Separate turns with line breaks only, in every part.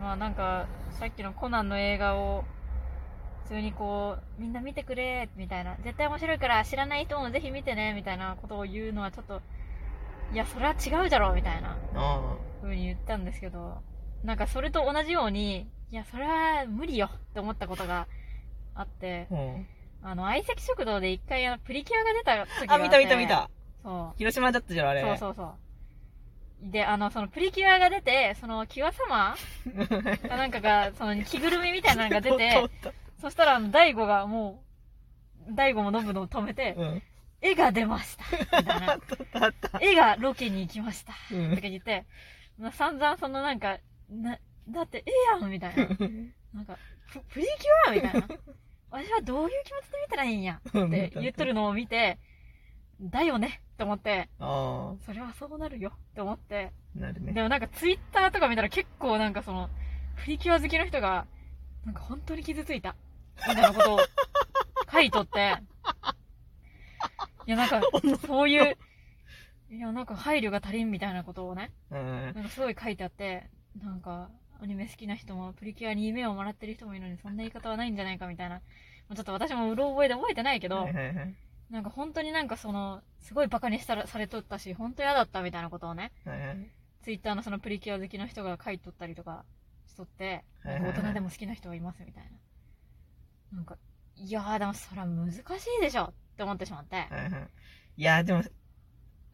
まあなんかさっきのコナンの映画を普通にこうみんな見てくれみたいな絶対面白いから知らない人もぜひ見てねみたいなことを言うのはちょっといやそれは違うじゃろみたいな
あ
風に言ったんですけどなんかそれと同じようにいやそれは無理よって思ったことがあって
あ、うん。
あの相席食堂で一回あのプリキュアが出た時があ
あ、
って
見た見た見た。
そう
広島だったじゃん、あれ。
そう そうそう。で、あの、そのプリキュアが出て、そのキュア様かなんかが、その着ぐるみみたいなのが出、
通ってた。
そしたらあの、大悟がもう、大悟もノブのを止めて、
うん。
絵が出ましたみたい
あ
な
ったあった。
絵がロケに行きました
う
と
ん
か。言って、な散々そのなんか、な、だって絵やんみたいな。なんか、ププリキュアみたいな。私はどういう気持ちで見たらいいんやって言っとるのを見て、だよねって思って、
あ
それはそうなるよって思って、
あ、なるね。
でもなんかツイッターとか見たら結構なんかその、プリキュア好きの人が、なんか本当に傷ついた。みたいなことを 書いとって。いやなんか、そういう、いやなんか配慮が足りんみたいなことをね、
うん。
なんかすごい書いてあって、なんか、アニメ好きな人もプリキュアに夢をもらってる人もいるのにそんな言い方はないんじゃないかみたいな。まあちょっと私もうろ覚えで覚えてないけど
はい、はいはい
なんか本当になんかその、すごいバカにしたらされとったし、本当嫌だったみたいなことをね、
はいはい。
ツイッターのそのプリキュア好きの人が書いとったりとかしとって、
は
ない
はい
ん
はい
か大人でも好きな人がいますみたいな。なんか、いやーでもそれは難しいでしょって思ってしまって。
はいはい。いやー、でも、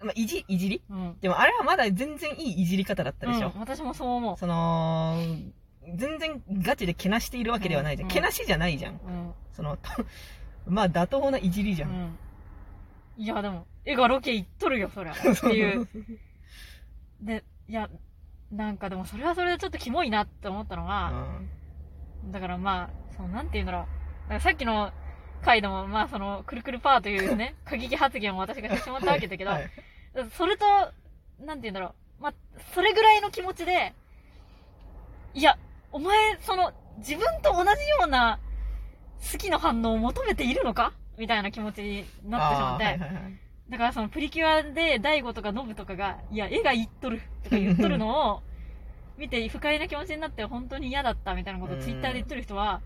まあ、いじ、いじり
うん。
でもあれはまだ全然いいいじり方だったでしょ
うん。私もそう思
その、全然ガチでけなしているわけではないじゃん。
うん
けなしじゃないじゃん。
う。うん。
その、 とまあ妥当ないじりじ
う
ゃん。
ん。いやでも、絵がロケ行っとるよ、そ りゃ。っていう。。で、いや、なんかでもそれはそれでちょっとキモいなって思ったの
う
が、
ん。
だからまあ、その、なんて言うんだろう。だからさっきの回でも、まあその、くるくるパーという ね、過激発言を私がしてしまったわけだけど、
はいはい
それと、なんて言うんだろう。まあ、それぐらいの気持ちで、いや、お前、その、自分と同じような、好きの反応を求めているのかみたいな気持ちになってしまって、
あーはいはいはい
だからそのプリキュアで、大悟とかノブとかが、いや、絵が言っとるとか言っとるのを、見て不快な気持ちになって本当に嫌だったみたいなことを
うん
ツイッターで言っとる人は、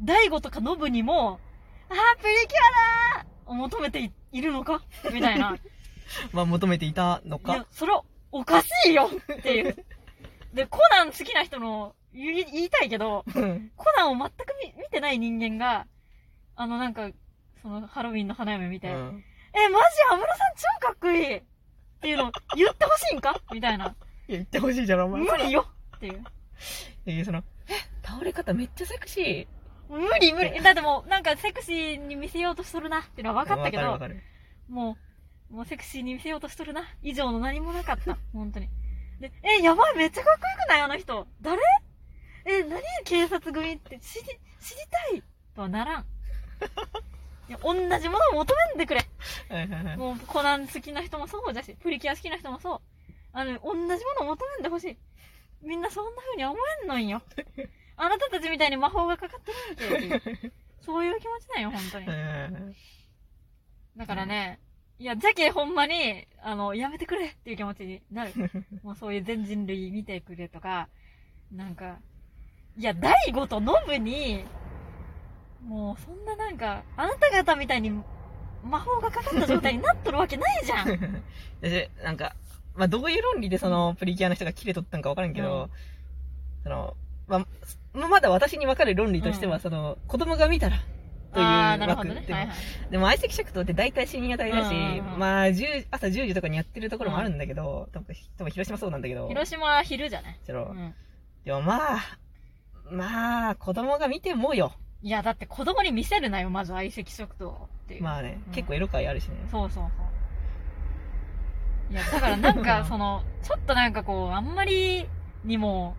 大悟とかノブにも、あー、プリキュアだーを求めていいるのかみたいな。
まあ求めていたの
いや
か。、
それはおかしいよって いう。で、コナン好きな人の言い言いたいけど、
うん
コナンを全く見見てない人間が、あのなんか、そのハロウィンの花嫁見て、
うん
え、マジ安室さん超かっこいいっていうのを言ってほしいんかみたいな。
いや言ってほしいじゃん、お前。
無理よっていう。
いやその、え、倒れ方めっちゃセクシ
無理無理。だってもうなんかセクシーに見せようとしとるなっていうのは
ー。
分かったけ
わ
ど
か、るわか
もう、もうセクシーに見せようとしとるな。以上の何もなかった。本当に。で、え、やばい、めっちゃかっこよくないあの人。誰え、何警察組って知り、知りたいとはならん。いや、同じものを求めんでくれ。
るはいはいはい
もう、コナン好きな人もそうだし、プリキュア好きな人もそう。あの、同じものを求めんでほしい。みんなそんな風に思えんのんよ。あなたたちみたいに魔法がかかってるんけっていう。そういう気持ちなんよ、本当に
は。いはいはい。
だからね、いや、じゃけほんまに、あの、やめてくれっていう気持ちに なる。もうそういう全人類見てくれとか、なんか、いや、大悟とノブに、もうそんななんか、あなた方みたいに魔法がかかった状態になっとるわけない じゃん。
で、なんか、まあ、どういう論理でそのプリキュアの人が切れとったんかわからんけど、その、まあ、まだ私にわかる論理としては、
うん
その、子供が見たら、という
ああ、なるほど
枠っ
ね。
て
はいはい。
でも相席食堂って大体深夜帯だし、
うんうんうん
まあ、10朝10時とかにやってるところもあるんだけど、多分多分広島そうなんだけど、
広島は昼じゃない、
そうの
ん、
でもまあ、まあ、子供が見てもよ。
いや、だって子供に見せるなよ、まず相席食堂っていう。
まあね、
うん
結構エロ感あるしね。
そうそうそう。いや、だからなんか、その、ちょっとなんかこう、あんまりにも、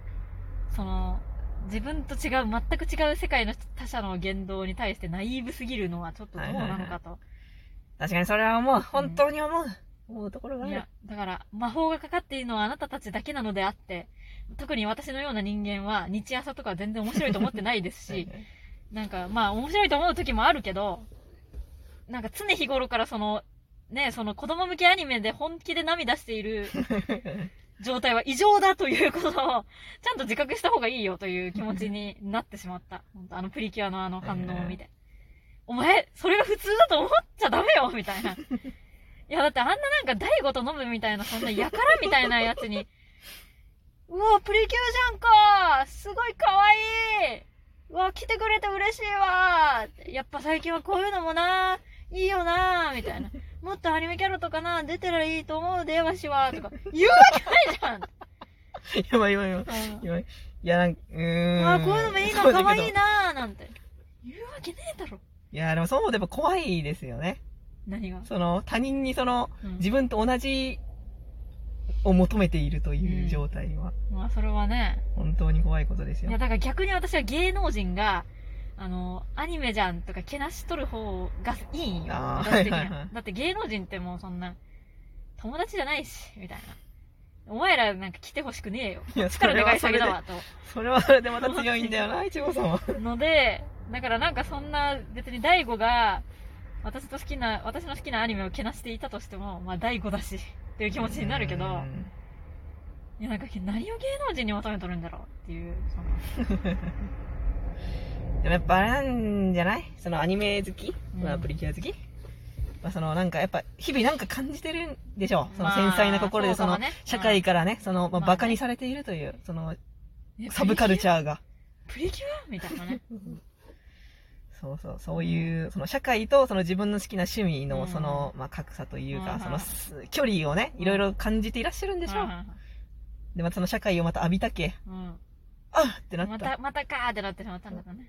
その、自分と違う、全く違う世界の他者の言動に対してナイーブすぎるのはちょっとどうなのかと。
確かにそれは思う。本当に思う。思うところがあ
い
る
や。、だから、魔法がかかっているのはあなたたちだけなのであって、特に私のような人間は、日朝とか全然面白いと思ってないですし、なんか、まあ、面白いと思う時もあるけど、なんか常日頃からその、ね、その子供向けアニメで本気で涙している状態は異常だということを、ちゃんと自覚した方がいいよという気持ちになってしまった。本当あのプリキュアのあの反応を見て。お前、それが普通だと思っちゃダメよみた いな。いや、だってあんななんか大悟とノブみたいな、そんなやからみたいなやつに、うわ、プリキュアじゃんかすごい可愛いうわ、来てくれて嬉しいわやっぱ最近はこういうのもないいよなみたいな。もっとアニメキャラとかな、出てらいいと思うで、わしは、とか、言うわけないじゃん
やばいやばいやばい。
うん
やばい。いや、なんか、うーん。
あーこういうのもいいな、
そうだけ
可
ど
愛いななんて。言うわけねえだろ。
いや、でもそう思うとやっぱ怖いですよね。
何が。
その、他人にその、
うん
自分と同じを求めているという状態は、
まあ、それはね。
本当に怖いことです
い
よ
や、。だから逆に私は芸能人が、あの、アニメじゃんとか、けなしとる方がいいんよ。
あー
私的には
はいはいはい
だって芸能人ってもうそんな、友達じゃないし、みたいな。お前らなんか来てほしくねえよ。
いや、そ
力
れ
願い
は
下
それ
げ
で
だ、わ、と。
それはそれでまた強いんだよな、いちごさんは。
ので、だからなんかそんな、別に大悟が、私と好きな、私の好きなアニメをけなしていたとしても、まあ大悟だし、っていう気持ちになるけど、
うん
いやなんか何を芸能人に求めとるんだろうっていう、その、
でもやっぱあれなんじゃないそのアニメ好き、
うん
まあプリキュア好きまあそのなんかやっぱ日々なんか感じてるんでしょうその
まあ
繊細な心で
そ
そう
か
の
もね
社会からね、そのまあ
まあね
バカにされているという、そのサブカルチ
ャー。
ャーが。
プリキュアみたいなね。
そうそう、そういう、その社会とその自分の好きな趣味
う
の
ん
その、まあ格差という
う
か、
ん
そのす距離をね、いろいろ感じていらっしゃ るんでしょう。で、またその社会をまた浴びたけ、
うんうん
あっって
う。
なん
ま
った
た、。またかーってなってしまったんだろうね。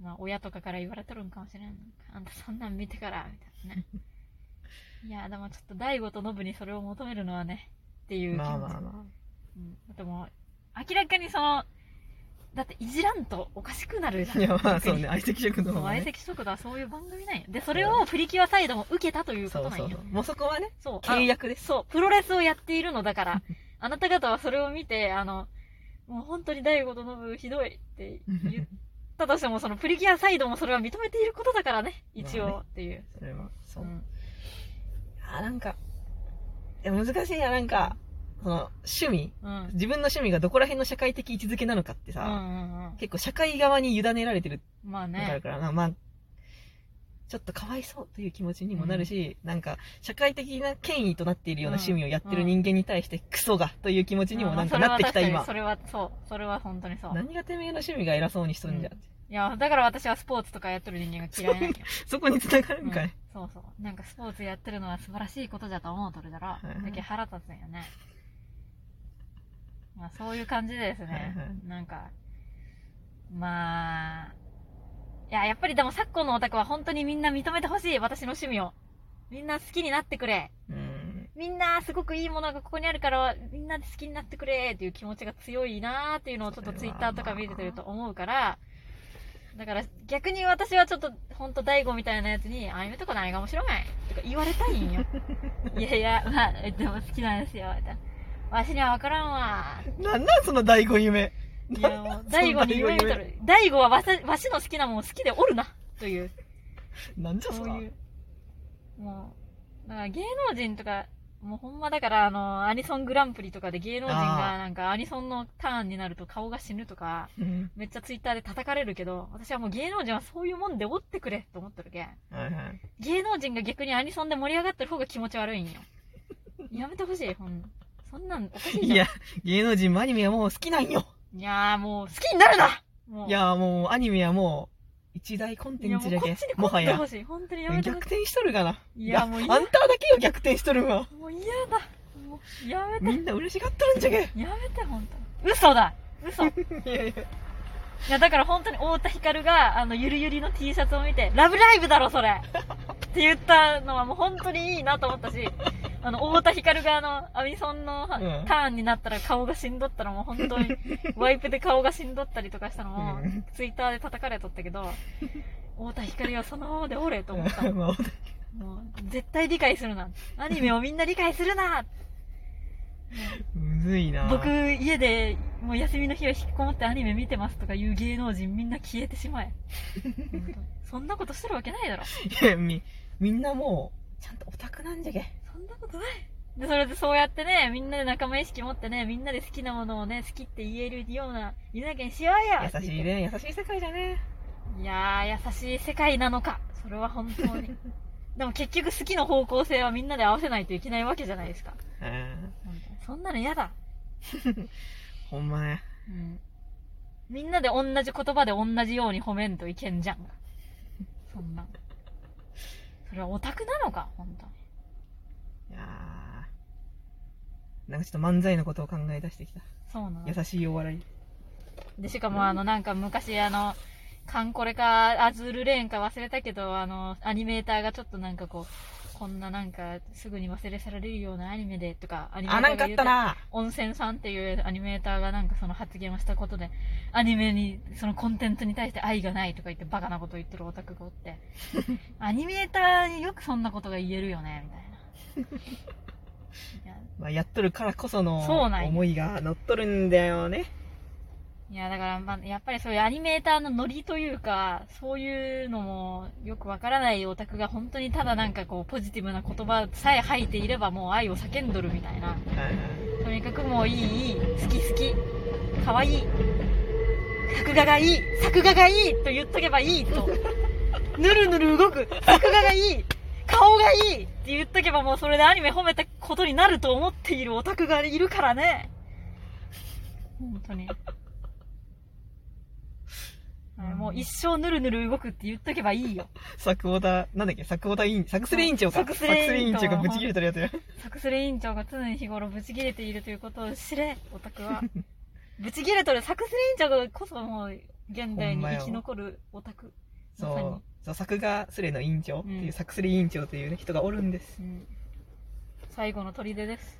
まあ、親とかから言われとるんかもしれんのか。あんたそんなん見てから、みたいな ね。いやー、でもちょっと大悟とノブにそれを求めるのはね、っていう気持ち。
まあまあま
うん。だってもう、明らかにその、だっていじらんとおかしくなるじゃ
あ。
ん。
いや まあ
逆
そう
に
ね、相席食
そ
堂
う
も
相
ね。
席食堂はそういう番組なんや。で、それをプリキュアサイドも受けたというこ
そ
と
う
なん
そ
や
う。そう。もうそこはね、
そう。
契約です
あそう。プロレスをやっているのだから、あなた方はそれを見て、あの、もう本当に大悟とノブひどいって言ったとしても、そのプリキュアサイドもそれは認めていることだからね、一
まあ
応
ね
っていう。
それは、そうう。
ん
あ、なんか、いや難しいな、なんか、その、趣味
うん。
自分の趣味がどこら辺の社会的位置づけなのかっ
うん
て
う
さ、
んうん。
結構社会側に委ねられてる
まあ
のがある
ね。
から、まあ、ちょっとかわいそうという気持ちにもなるし、なんか、社会的な権威となっているような趣味をやってる人間に対して、クソがという気持ちにもなんか
まあ
なってきた今
そ。れは確かにそれはそう。それは本当にそう。
何がてめえの趣味が偉そうにしとんじゃんって。
いや、だから私はスポーツとかやってる人間が嫌いなんよ。
そこに繋がるんかい。
うんそうそう。なんかスポーツやってるのは素晴らしいことだと思うとるだろ
う。ん
だけど腹立つんよね。まあそういう感じでですね
はいは。
なんか、まあ、いや、やっぱりでも昨今のオタクは本当にみんな認めてほしい、私の趣味を。みんな好きになってくれ。
うん。
みんなすごくいいものがここにあるから、みんな好きになってくれっていう気持ちが強いなーっていうのをちょっとツイッターとか見ててると思うから、だから逆に私はちょっと、ほんと大悟みたいなやつに、アニメとか何が面白いとか言われたいんよ。いやいや、まあ、でも好きなんですよ、みたいな。わしには分からんわ。
なんなんその第5夢。
いや、 もう、大悟に夢見とる。大悟はわしわしの好きなもん好きでおるな、という。
なんじゃそ
そう
ら。
いう。もう、だから芸能人とか、もうほんまだから、あの、アニソングランプリとかで芸能人
あ
がなんかアニソンのターンになると顔が死ぬとか、
うん
めっちゃツイッターで叩かれるけど、私はもう芸能人はそういうもんでおってくれと思ってるけん。
はいはい。
芸能人が逆にアニソンで盛り上がってる方が気持ち悪いんよ。やめてほしい、ほん。そんなんおかしい
い
じゃん。
や、芸能人もアニメはもう好きなんよ。
いやーもう好きになるなもう。
いや、もうアニメはもう一大コンテ
いや
ン
も
ツ
う
じゃ
こ
け
っちに。
も
来
は
って
や
ほ。しい。本当にやめて
逆
ほし
転しとるがな。
いやもういい
あんただけよ、逆転しとるわ。
い。もう嫌だ。もう、やめて。
みんな嬉しがっとるんじゃけ。
やめて、本当に。嘘だ 嘘い
いやいや。
や、だから本当に太田光が、あの、ゆるゆりの T シャツを見て、ラブライブだろ、それって言ったのはもう本当にいいなと思ったし、あの、太田光があの、アミソンの
うん
ターンになったら顔がしんどったらもう本当に、ワイプで顔がしんどったりとかしたのも
うん、
ツイッターで叩かれとったけど、太田光はそのままでおれと思 ったもん。
まあ
もう、絶対理解するな。アニメをみんな理解するな
むずいな。
僕家でもう休みの日は引きこもってアニメ見てますとかいう芸能人みんな消えてしまえほんとそんなことしてるわけないだろ
いやみ、みんなもう、ちゃんとオタクなんじゃけ。
そんなことないで、それでそうやってね、みんなで仲間意識持ってね、みんなで好きなものをね、好きって言えるような、言えなきゃにしようよ
優しい。ね優しい世界だね
いやー、優しい世界なのか。それは本当 に。でも結局好きの方向性はみんなで合わせないといけないわけじゃないですか。
うん
本当にそんなの嫌だ。
ほんまね
うん。みんなで同じ言葉で同じように褒めんといけんじゃん。そんな。それはオタクなのか、本当に。
いやーなんかちょっと漫才のことを考え出してきた
そうなの。
優しいお笑い
で、しかもあの、なんか昔あの、カンコレか、アズールレーンか忘れたけど、あの、アニメーターがちょっとなんかこう、こんななんか、すぐに忘れ去られるようなアニメで、とか、アニメー
あ
タ
なん
ーが
かあ
言う
ったな
温泉さんっていうアニメーターがなんかその発言をしたことで、アニメに、そのコンテンツに対して愛がないとか言ってバカなこと言ってるオタクがおって、アニメーターによくそんなことが言えるよね、みたいな。いや
まあ、やっとるからこそ
そ
の
うなんよ
思いが乗っとるんだよね。
いや、だから、まあ、やっぱりそういうアニメーターのノリというか、そういうのもよくわからないオタクが本当にただなんかこう、ポジティブな言葉さえ吐いていればもう愛を叫んどるみたいな。とにかくもういい、いい、好き好き、かわいい、作画がいい、作画がいいと言っとけばいいと。ぬるぬる動く、作画がいい、顔がいいって言っとけばもうそれでアニメ褒めたことになると思っているオタクがいるからね。本当に。はいもう一生ぬるぬる動くって言っとけばいいよ。
作オダ、なんだっけ、作オダ委員、作スレ委員長か。
作スレ委員長
作スレがぶち切れてるやつや。
サクスレ委員長が常に日頃ブチ切れているということを知れ、オタクは。ブチ切れとるサクスレ委員長がこそもう、現代に生き残るオタク。まさに
そう。そう、作画スレの委員長っていう、
うん
作スレ委員長というね、人がおるんです。
うん最後の砦です。